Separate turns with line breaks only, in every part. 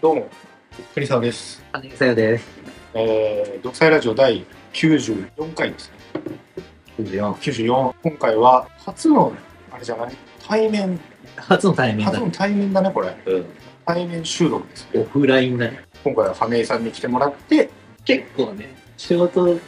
どうも、栗沢です。
金さよです。
えー、独裁ラジオ第94回ですね。
94。
94。今回は、初の、あれじゃない対面。
初の対面だ
初。の対面だね、これ。
うん。
対面収録です
オ
ね。
フラインだね。
今回は亀井さんに来てもらって、
結構ね、仕事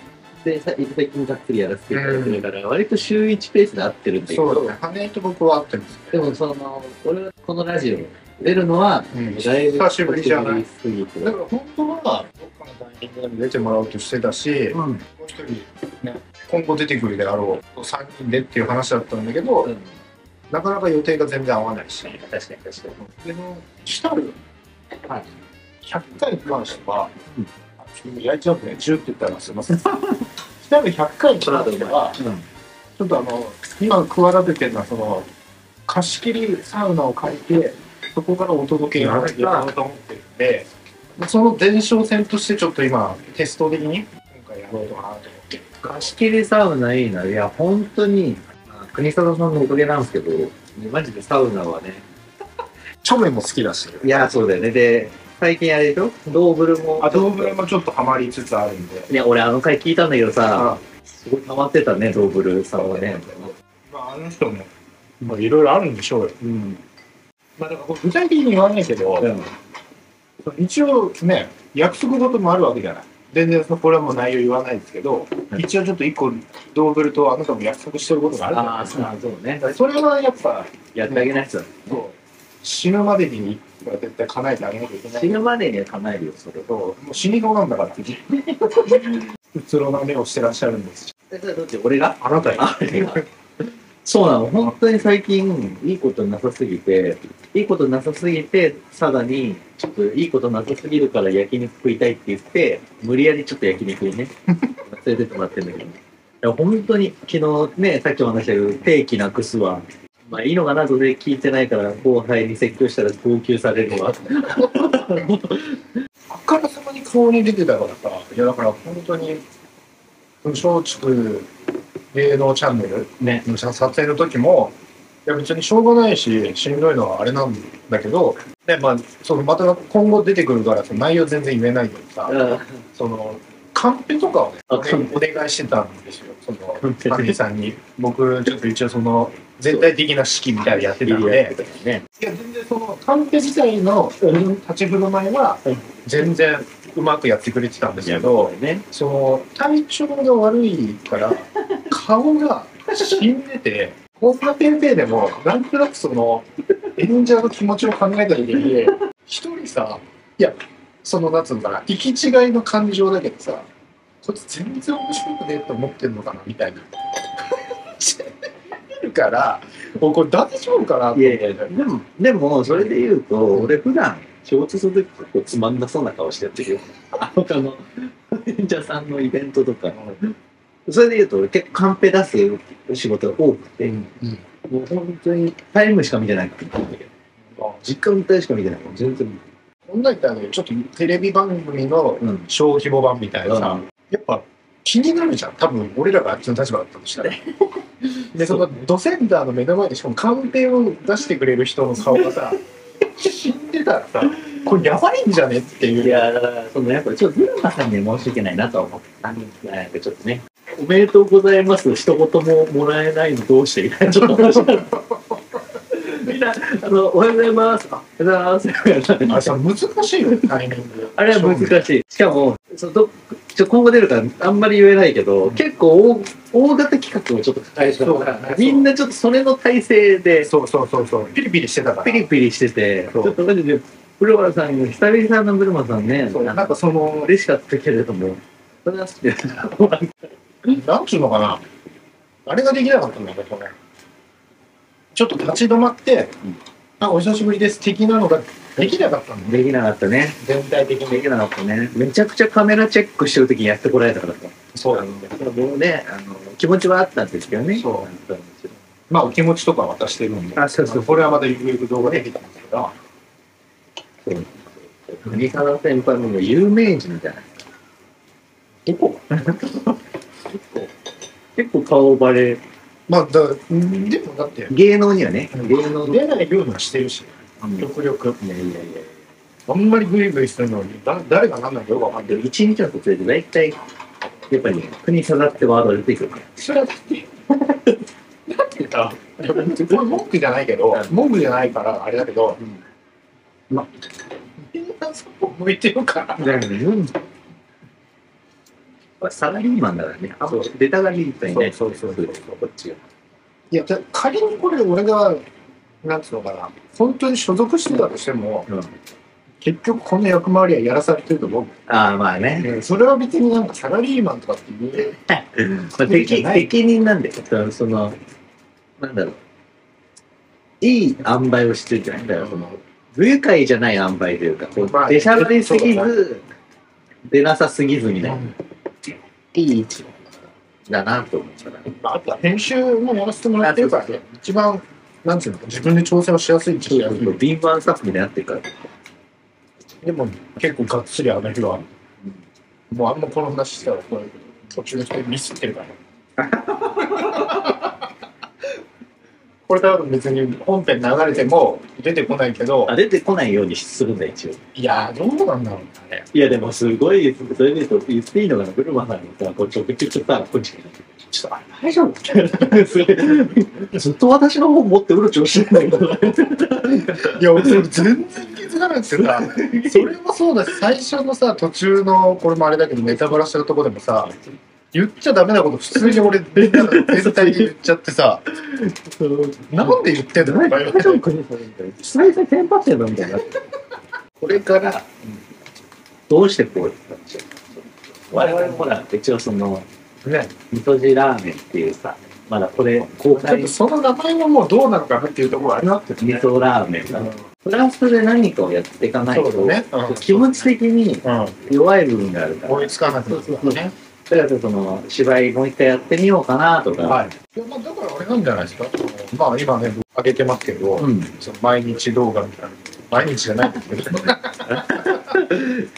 でさ、いただきもがっつりやらせていただいてるから、割と週1ペースで合ってるんだけ
そ
ど、
うだね。亀井と僕は会ってるんです
でもその、俺はこのラジオ出るのは、
うん
だいぶ
久しぶりじゃない
久しぶりすぎ
だ
て。
から本当は、どっかのタイミングで出てもらおうとしてたし、も
うん。
う一人、ね、今後出てくるであろう、3人でっていう話だったんだけど、
うん
なかなか予定が全然合わないし。
確かに確かに。
でも、来たる
はい。
100回に関しては
うん、
あちょっと焼いちゃうね、10って言ったらすいません。来たる100回に
その
関
後
し
う
て
ま
は、
い。うん。
ちょっとあの、今企ててるのは、その、貸し切りサウナを借りて、そこからお届けやらなきゃいけないと思ってるんで、その前哨戦としてちょっと今、テスト的に、今回やろうかなと思って。
貸し切りサウナいいな。いや、本当に、あ国里さんのおかげなんですけど、マジでサウナはね、
チョメも好きだし。
いや、そうだよね。で、最近あれでしょドーブルも。
あ、ドーブルもちょっとハマりつつあるんで。
ね、俺あの回聞いたんだけどさ、
あ
すごいハマってたね、ドーブルさんはね。
まあ、あの人も、まあ、いろいろあるんでしょうよ。
うん。
まあ、だからこれ具体的に言わないけど、
うん
一応ね、約束事もあるわけじゃない。全然そこれはもう内容言わないですけど、
うん
一応ちょっと一個、ドーブルとあなたも約束してることがあるじゃ
ああ、そう
ない
なんそうね
で。すか。それはやっぱ、
やってあげないと。
そう死ぬまでには絶対叶えてあげなきゃいけない
死。ぬまでには叶えるよ、それ。
そうもう死に顔なんだ から。うつろな目をしてらっしゃるんですし。
え、それどっち俺が
あなたよ。
あれが。そうなの、本当に最近、いいことなさすぎて、いいことなさすぎて、さらに、ちょっといいことなさすぎるから焼肉食いたいって言って、無理やりちょっと焼肉にね、 連れてってもらってるんだけど。いや、本当に、昨日ね、さっきも話したけど、定期なくすわ。まあいいのかなとで聞いてないから、後輩に説教したら号泣される
あ
わ。
からさまに顔に出てたからさ、いやだから本当に、松竹芸能チャンネル
ね。
の撮影の時も、いや別にしょうがないし、しんどいのはあれなんだけど、でまあ、そのまた今後出てくるから、その内容全然言えないけどさ、その、カンペとかをね、
あ
お願
カン
いお願いしてたんですよ、その
カン、ペ
マミさんに。僕、ちょっと一応その、全体的な指揮みたいなのやってたんで、
ね。
いや、全然その、カンペ自体の立ち振る舞いは
うん、
全然うまくやってくれてたんですけど、
ね。
その体調が悪い から顔が死んでてこんなペンペンでもなんとなくその演者の気持ちを考えた時に一人さいやそのなんつうんだな行き違いの感情だけどさこいつ全然面白くねえと思ってんのかなみたい な るからもうこれ大丈夫かなと思っ
い
て
やいや、でも、でも、それで言うと、俺普段、仕事するとき結構つまんなそうな顔してやってるよ。あの、他の、演者さんのイベントとか。それで言うと、俺結構カンペ出す仕事が多くて、
うん
もう本当にタイムしか見てないから、実家運転しか見てないから、全然。
こんなん言ったらねちょっとテレビ番組の
うん。
小規模版みたいなさ、
うん
やっぱ気になるじゃん多分俺らがあっちの立場だったと したらでそのドセンターの目の前でしかもカンペを出してくれる人の顔がさ死んでたらさこれやばいんじゃねっていう
いやだからそのやっぱちょっとズルマさんには申し訳ないなとは思ってたなんかちょっとねおめでとうございますの一言ももらえないのどうしてみたいなちょっと話だったみんなあのおはようございますあおはようございます
あれさ難しいよねタイミング
あれは
しい
難しいしかもそのどちょ今後出るからあんまり言えないけど、
うん
結構大大型企画をちょっと抱えてた
そう
か
だね
らみんなちょっとそれの体制で
そうそうそうそうピリピリしてたから
ピリピリしててち
そう
ょっとマジでブルマさん久々のブルマさんね
そうなんかその
嬉しかったけれども、それは好きだな。
なんちゅうのかなあれができなかったんだけどねちょっと立ち止まって、
うん
あお久しぶりです的なのができなかったんだよ
できなかったね。
全体的
で
に
きなかったね。めちゃくちゃカメラチェックしてる時にやってこられたからさ。
そうなんだよ
もうね、あの、気持ちはあったんですけどね。。
そうまあ、お気持ちとか渡してるんで。
あそうそう
これはまたゆくゆく動画できたんですけど。
国沢先輩も有名人じゃない
どこ
結構顔バレ、
まあ、だんでもだって、
芸能にはね、芸能の。
出ないようにはしてるし、
うん
極力。
いやいやいや。
あんまりグイグイするのに、だ誰が何なんだかよくわかんな
で
い。
1日の撮影で大体、やっぱりね、国下がってワードが出てくるから。
それはだって、だってさ、いや別にこれ文句じゃないけど、文句じゃないからあれだけど、みんなそこ向いてるから。
だからね、うんサラリーマンだからね、あんま出たがりみたいな、ね、
そうそうそうそう
こっちが。
いや、じゃあ仮にこれ俺が、なんつうのかな、本当に所属してたとしても、
うん
結局この役回りはやらされてると思う。
ああ、まあね。
それは別になんかサラリーマンとかっていう、
まあ、適適任なんで、その、なんだろう。いい塩梅をしてるじゃないだから、その、不愉快じゃない塩梅というか、こ
まあ
う、出しゃばりすぎ
そう
ず、出なさすぎずみたいな、
いい位置。
だなと思ったら。
まあ、あとは編集もやらせてもらってるからね、一番、なんつうのか、自分で調整をしやすい時期やる
敏腕スタッフみたいになってるから。
でも、結構がっつりあの日は、もうあんまこの話したら、これ、途中の人ミスってるから。 これ多分別に本編流れても出てこないけど
あ、出てこないようにするんだ、一応。
いやー、どうなんだろうね。
いや、でもすごいです。それで言うと、言っていいのかな、ブルマさんにさ、こう、ちょくちょくさ、こっち
ちょっとあれ、
大丈夫それずっと私の方持ってうろちょろしてないけど。
いや、俺それ全然気づかなくてさ、それもそうだし、最初のさ、途中の、これもあれだけど、ネタバラしてるとこでもさ、言っちゃダメなこと、普通に俺、みんなの全体に言っちゃってさ、なんで言ってんの
大丈夫かねそれみたいな。久々にテンパってんのみたいな。これから、どうしてこう、我々もほら、一応その、
ね、
味噌汁ラーメンっていうさ、まだこれ、公
ちょっ
開
とその名前はもうどうなのかなっていうところはあれなって
味噌ラーメン
う
が、
ん
フランスで何かをやっていかない
そ
と、
うだねうん
気持ち的に弱い部分があるか
うん、追
ら
い、つかなくなるからね。
だからその芝居もう一回やってみようかなとか、
はい。いや、まあ、だからあれなんじゃないですか。まあ、今ね、上げてますけど、
うん、
その毎日動画みたいな。毎日じゃないんです けど。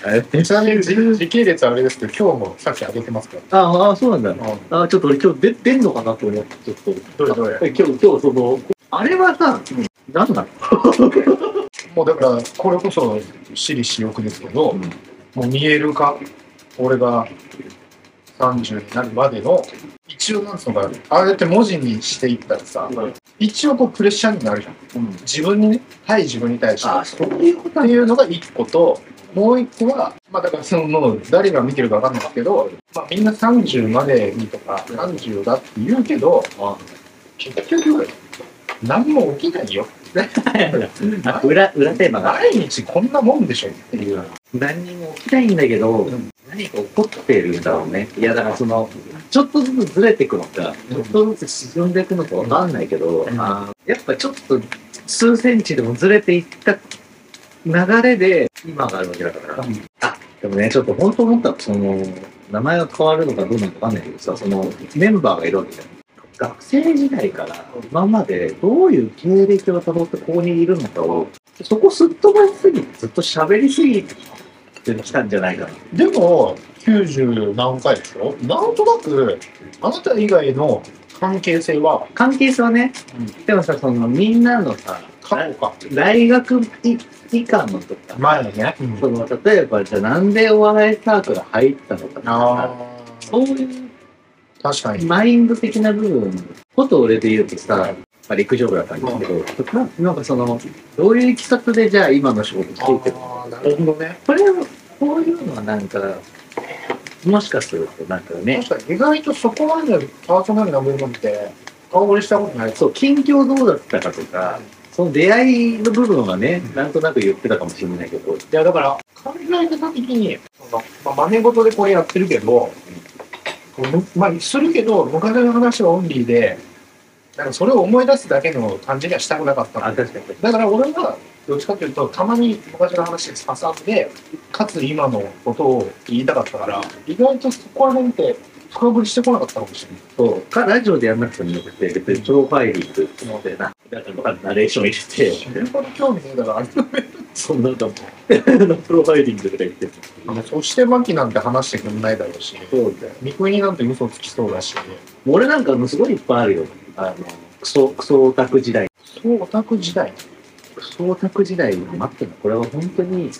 あ
ちなみに時時系列はあれですけど、今日もさっき上げてますか
ああ、そうなんだ。
ら。うん
あちょっと俺今日出出んのかなと思って、ちょっ
ど
と。
れどれ
あ今日、今日その、あれはさ、なんなの
もうだから、これこそ私利私欲ですけど、もう見える化、俺が30になるまでの、一応なんつうのかな、あれって文字にしていったらさ、
うん
一応こうプレッシャーになるじゃん。
うん
自分にね、対自分に対して。
あ
そういうことっていうのが一個と、もう一個は、まあだからその、もう誰が見てるかわかんないけど、まあみんな30までにとか、30だって言うけど、
あ
結局、何も起きないよ。
あ 裏、裏テーマが。
毎日こんなもんでしょっていう。
何にも起きないんだけど、
ん
何か起こってるんだろうね。いや、だからその、ちょっとずつずれていくのか、
うん
ちょっとずつ沈んでいくのかわかんないけど、
うん
あーやっぱちょっと数センチでもずれていった流れで、今があるわけだから。
うん
あ、でもね、ちょっと本当思った。その、名前が変わるのかどうなのかわかんないけどさ、その、メンバーがいるわけじゃん。学生時代から今までどういう経歴をたどってここにいるのかを、そこすっ飛ばしすぎて、ずっと喋りすぎてきたんじゃないかな。
でも、90何回でしょなんとなく、あなた以外の関係性は
関係性はね、
うん
でもさ、そのみんなのさ、
過去か。
大学い以下のとか、
前ね。うん
その例えばじゃあなんでお笑いサークル入ったのかとか、
ああ、
そういう
確かに。
マインド的な部分、こと俺で言うとさ、まあ、陸上部だったんですけど、ななんかその、どういういきさつでじゃあ今の仕事ついてる
あ
の
あ、なるほどね。
これを、こういうのはなんか、もしかするとなんかね、
確かに、意外とそこまでのパーソナルな部分って、顔ぶれしたことない。
そう、近況どうだったかとか、その出会いの部分はね、なんとなく言ってたかもしれないけど、
いや、だから、考え方的に、その、まあ、真似事でこれやってるけど、こうむまあ、するけど、昔の話はオンリーで、なんかそれを思い出すだけの感じにはしたくなかったの
あ、確かに。
だから俺はどっちかというとたまに昔の話で挟んでかつ今のことを言いたかったから意外とそこら辺って深掘りしてこなかったかもしれない
そう、か、ラジオでやんなくてもよくて、別にプロファイリングってのでな、だからナレーション入れて、
自分の興味ねえだろあれ
そんなん かもう、プロファイリングとか言って、
そしてマキなんて話してくんないだろうし
そうだよ。
三國なんて嘘つきそうだし
俺なんかもうすごいいっぱいあるよ。あの、クソ、クソオタク時代。
そうオタク時代
ク光沢時代が待ってのこれは本当に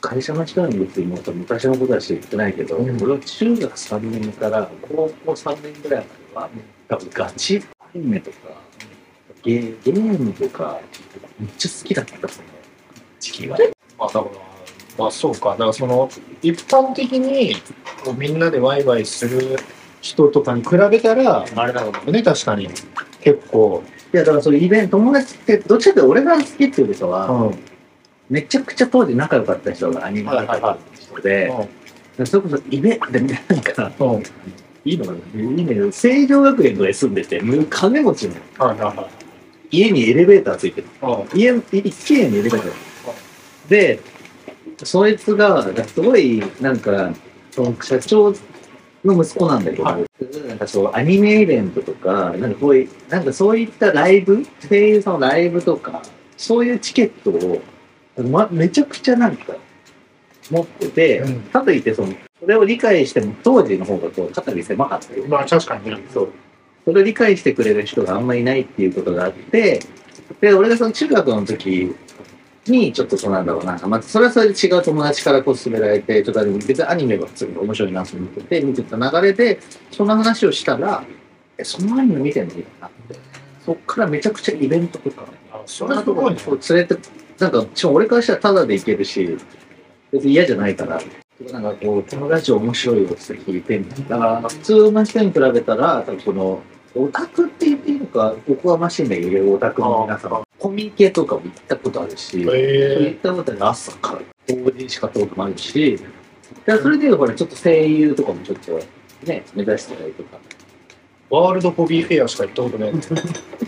会社の人なんですよもう昔のことは知ってないけど、
うん
俺は中学3年から高校3年ぐらいまでは多分ガチアニメとかゲゲームとかめっちゃ好きだったですね時期は。
まあだから、まあそうか、だからその、一般的にこうみんなでワイワイする人とかに比べたら、
あれだろう
ね、確かに、結構、
いやだからそれイベント友達ってどっちかっていうと俺が好きっていうよりかは、
うん、
めちゃくちゃ当時仲良かった人がアニメだった人で、それこそイベントでなんか
うん、うん、
いいのかないいね成城学園とかに住んでてむ金持ちの
はいは
家にエレベーターついてる
いはい、
家一軒家にエレベーターでそいつがすごいなんかその社長の息子なんだけど、
は
なんかそうアニメイベントとかなんかこういうなんかそういったライブ声優さんのライブとかそういうチケットを、ま、めちゃくちゃなんか持ってて、
うん
かといってそのそれを理解しても当時の方がこう肩身狭かったよ
うん。まあ確かにね。
そう。それを理解してくれる人があんまりいないっていうことがあって、で、俺がその中学の時に、ちょっとそうなんだろうな、まあ、それはそれで違う友達からこう勧められて、ちょっと別にアニメが普通に面白いなと思ってて、見てた流れで、そんな話をしたら、え、そのアニメ見てんのみたいになって、そっからめちゃくちゃイベントとか、
あそれすごいね。
そう連れて、なんか、しかも俺からしたらタダで行けるし、別に嫌じゃないから、なんかこう、このラジオ面白いよって聞いてんだだから、普通の人に比べたら、多分この、オタクって言っていいのか、ここはマシンだけど、オタクの皆さ
あ
ん、コミケとかも行ったことあるし、行っ
え
たことある朝から、当時しか通ってもあるし、だからそれで言うと、ほら、ちょっと声優とかもちょっと、ね、目指してたりとか。
ー、ワールドホビーフェアしか行ったことない。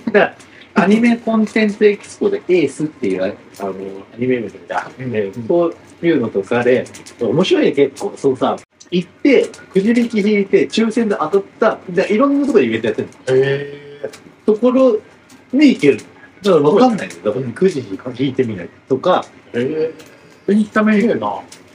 だからアニメコンテンツエキスポでエースっていうあのアニメイベントがあって、
うん
そういうのとかで、面白いね結構、そうさ、行って、くじ引き引いて、抽選で当たった、でいろんなところでイベントやってる
えー、
ところに行ける。だから分かんないんだよ。だからくじ引いてみないとか、
え
エンタメ
ー、いいな。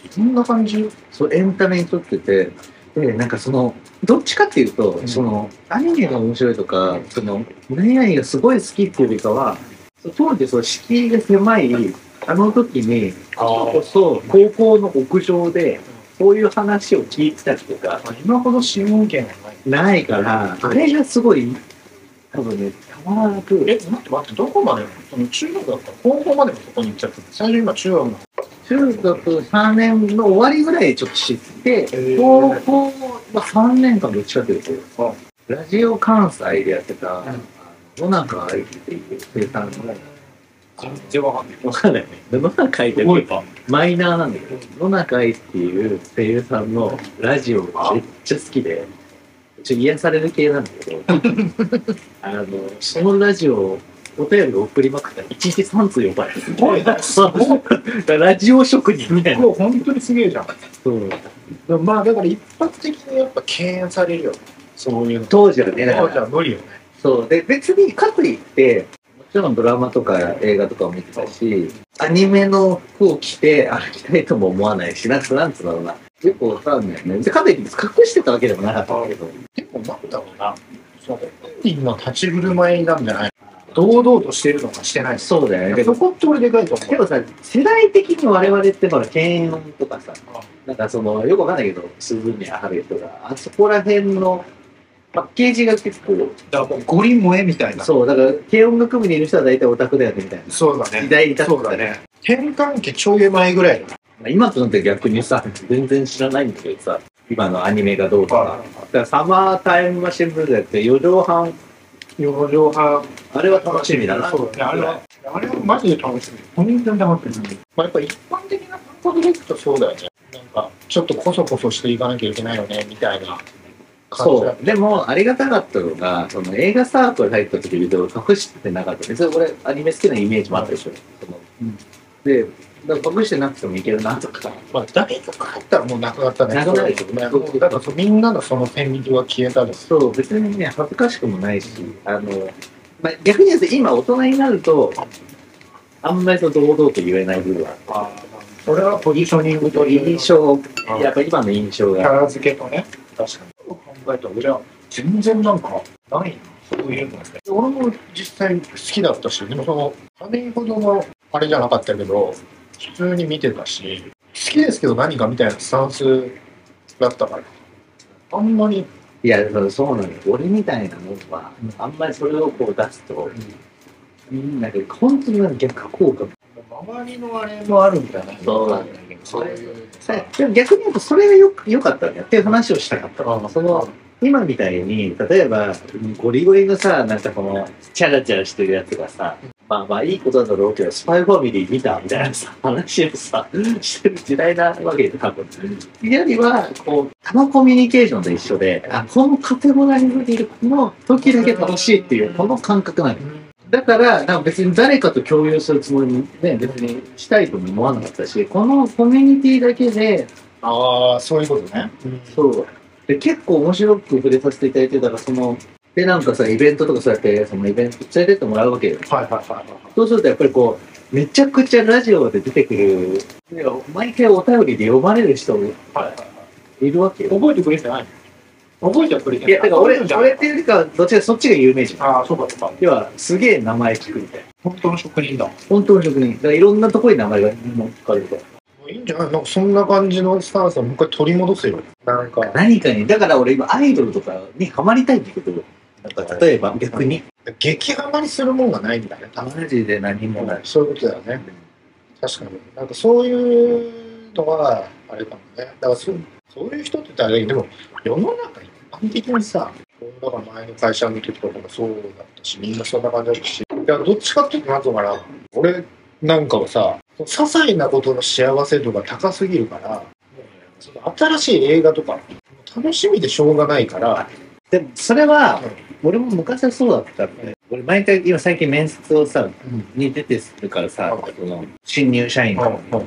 そんな感じ
そうエンタメにとっててでなんかそのどっちかっていうと、
ん
そのアニメが面白いとかその恋愛がすごい好きっていうよりかはそう当時その敷居が狭いあの時に
あー
今こそ高校の屋上でこういう話を聞いてたりとか
今ほど新聞券はない。
ないからあれがすごい多分ねたまらなく
え、待って待って、どこまでその中学だったら高校までもそこに行っちゃってた最初今中学の。
中学3年の終わりぐらいでちょっと知って
ー、
高校は3年間どっちかというと
あ、
ラジオ関西でやってた
ん、
野中愛理っていう生産の、
全然わかんない。
わかんないね。野中愛理って
か。
マイナーなんだけど、野中愛理っていう声優さんのラジオがめっちゃ好きで、ちょっと癒される系なんだけど、 あの、そのラジオお便りを送りまくったら1日3通呼ばれる。
ごいな
そうラジオ職人みたいな。
もう本当にすげえじゃん。
そう
でもまあだから一般的にやっぱ敬遠されるよね。そういうの。
当時はね、だか
そうじ
ら
ゃ無理よね。
そう。で、別に、かといって、もちろんドラマとか映画とかも見てたし、アニメの服を着て、あ、着たいとも思わないし、なんつなんつうだろうな。よくわかんないよね。で、かといって隠してたわけでもなかったんだけど、
でもなんだろうな。その本人の立ち振る舞いなんじゃない堂々としてるのかしてないし。
そうだよね。で
そ
も
こって俺でかいと
け
思う。
どさ、世代的に我々ってほら、検温とかさ
あ、
なんかその、よくわかんないけど、鈴宮春日とか、あそこら辺のパッケージが結構、
だからもう五輪萌えみたいな。
そう、だから、軽音楽部にいる人は大体オタクだよね、みたいな。
そうだ
時
ね。
代だった
そうだね。転換期ちょい前ぐらいだね
まあ今となっては逆にさ、全然知らないんだけどさ、今のアニメがどうとか。だからサマータイムマシンブルーって4畳半、
四畳半。
あれは楽しみだな。
そうだね。あれは、あれはマジで楽しみ。本当に楽しみ。まあやっぱ一般的な観光で行くとそうだよね。なんか、ちょっとこそこそしていかなきゃいけないよね、みたいな感じ
そ
だ。
う。でも、ありがたかったのが、その映画サークル入った時に隠してなかった。別に俺、アニメ好きなイメージもあったでしょ。その
うん
で、だから隠してなくてもいけるなとか。
まあ、誰とか入ったらもうなくなったね。
なくなる
そうだよねだからそうみんなのその線引きは消えたです。
そう、別にね、恥ずかしくもないし、あの、まあ、逆に言うと今大人になると、あんまりそう堂々と言えない部分はある。
それはポジショニングという
印象、
うん
やっぱ今の印象
キ
が
ャラ付けとね。確かに。考えたら俺は全然なんかないな。そういうのですね。俺も実際好きだったし、でもその、あれほどのあれじゃなかったけど、普通に見てたし、好きですけど何かみたいなスタンスだったから、あんまり、
いや、そうそうなのよ。俺みたいなのは、あんまりそれをこう出すと、みんなで、本当になんか逆効果。
周りのあれもあるんじゃない
そう
わかんないけどそういう。
さでも逆に言うと、それがよく良かったんだよっていう話をしたかったの
あその
今みたいに、例えば、ゴリゴリのさ、なんかこの、チャラチャラしてるやつがさ、まあまあいいことなんだろうけど、スパイファミリー見たみたいなさ、 話をさ、してる時代なわけで、多分。よりは、こう、タマコミュニケーションと一緒で、あ、このカテゴライズにいる、この時だけ楽しいっていう、この感覚なのよだから、なんか別に誰かと共有するつもりにね、別にしたいとも思わなかったし、このコミュニティだけで、
ああ、そういうことね。
そう。で、結構面白く触れさせていただいてたから、その、で、なんかさ、イベントとかそうやって、そのイベント連れてってもらうわけよ。
はいはいはいはい。
そうするとやっぱりこう、めちゃくちゃラジオで出てくる、いや毎回お便りで読まれる人も
はいはい
いるわけよ。
覚えてくれてないの覚えてはくれてない
いや、だから俺、
覚えて
俺
る
っ
ん
て
じ
いうよりかは、どっちかそっちが有名人
ゃ。ないああ、そうかそうか。
要は、すげえ名前聞くみたいな。
本当の職人だ。も
本当の職人。だからいろんなところに名前が乗っかると。
ういいんじゃないなんかそんな感じのスタンスをもう一回取り戻すよ。なんか、
何かに、だから俺今アイドルとかにハマりたいんだけど、なんか例えば逆に、
激ハマりするもんがないんだね。多分
マジで何もない。
そういうことだよね。確かに。なんかそういうのは、あれかもね。だからそうそういう人って言ったらあれだけど、でも世の中一般的にさ、だから前の会社の時とかもそうだったし、みんなそんな感じだったし、いやどっちかっていうと、なんていうのかな、俺なんかはさ、些細なことの幸せ度が高すぎるから、もうねその新しい映画とか、楽しみでしょうがないから、
でもそれは
うん、
俺も昔はそうだったんで、俺毎回、今最近面接をさ、に出てするからさ
うん、
その、新入社員
は
が、
いはい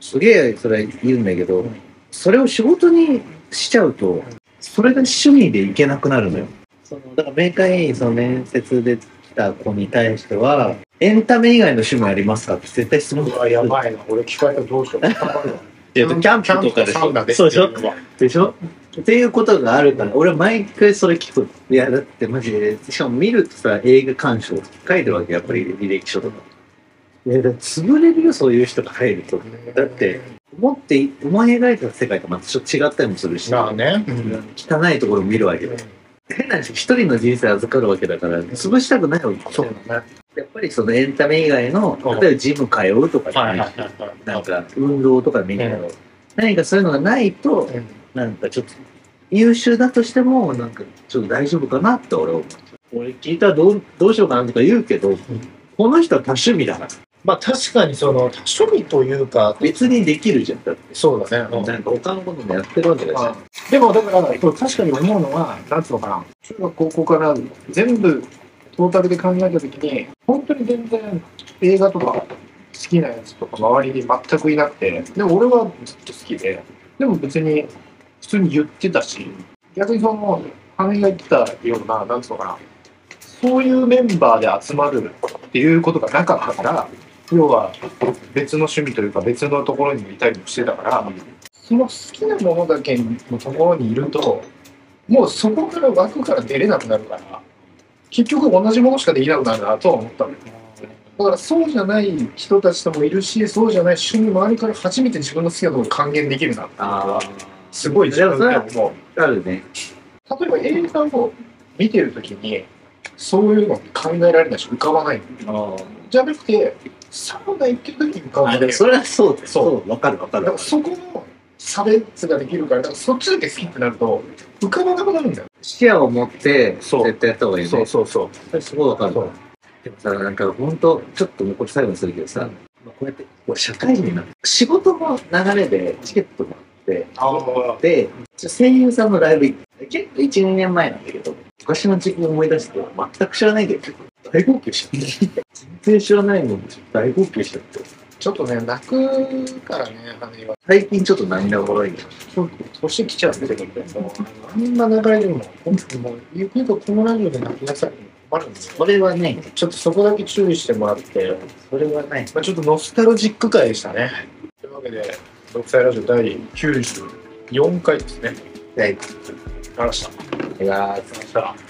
すげえそれ言うんだけど
うん、
それを仕事にしちゃうと、それが趣味でいけなくなるのよ。その、だから毎回、その面接で来た子に対しては、エンタメ以外の趣味ありますかって絶対質問
うわ、やばいな、俺聞かれたらどうしよう。
いやキャンプとかでし
サウナで
ょ。そうでしょ
っていうのは
でしょっていうことがあるから、俺毎回それ聞く。いや、だってマジで、しかも見るとさ、映画鑑賞書いてるわけ、やっぱり履歴書とか。いや、だから潰れるよ、そういう人が入ると。だって、思って、思い描いた世界とまたちょっと違ったりもするし、
まあね。
汚いところも見るわけよ。変な話、一人の人生預かるわけだから、潰したくないわけよ
そうだね。
やっぱりそのエンタメ以外の
うん、
例えばジム通うとかね、
はいはいはい。
なんか運動とか見るけど、何かそういうのがないと、
うん
なんかちょっと優秀だとしてもなんかちょっと大丈夫かなって俺思う俺聞いたらどうどうしようかなとか言うけど、この人は多趣味だから
まあ確かにその多趣味というか、
別にできるじゃんだって、
そうだね。うん
なんか他のこともやってるわけだし、
でもだから、これ確かに思うのは、なんつうのかな、中学、高校から全部トータルで考えたときに、本当に全然映画とか好きなやつとか周りに全くいなくて、でも俺はずっと好きで、でも別に普通に言ってたし、逆にその、羽根が言ってたような、なんつうのかな、そういうメンバーで集まるっていうことがなかったから、要は別の趣味というか別のところにいたりもしてたから、その好きなものだけのところにいるともうそこから枠から出れなくなるから結局同じものしかできなくなるなとは思ったのよだからそうじゃない人たちともいるしそうじゃない趣味もあるから初めて自分の好きなところに還元できるなっていうの
あ
は
あ
すごい自分で
で
思う
あるね
例えば映画を見てるときにそういうの考えられないし浮かばないの
あ
じゃなくてサウナ行ってるときに浮かばな
あ
いの
で
よ
もそれはそうだよ
そう
そうわかるわか
だか
る
らそこの差別ができるから、だからそっちだけ好きってなると、浮かばなくなるんだよ。
視野を持って
そう
絶対やった方がいいよね
そうそう。
それすごいわかる
そう
でもさなんか本当ちょっともうこれ最後にするけどさ、
うん
まあこうやってこう社会人になって仕事の流れでチケットもあって
ああ。
で、ちょ声優さんのライブ行って、結構1、2年前なんだけど、昔の自分を思い出して、全く知らないんだよ。大号泣しちゃ って。全然知らないのに、大号泣しちゃって。
ちょっとね、泣くからね、羽は。
最近ちょっと涙もろいんだよ。
ちょっと年来ちゃってるみたいな。あんな流れでも、本当にもう、ゆくゆくこのラジオで泣きなさいって困るんですよ。
それはないね。
ちょっとそこだけ注意してもらって、
それはない。
まあ、ちょっとノスタルジック回でしたね。というわけで、独裁ラジオ第94回ですね。
はい。
ありがとうございました。ありがとう
いやー
ございました。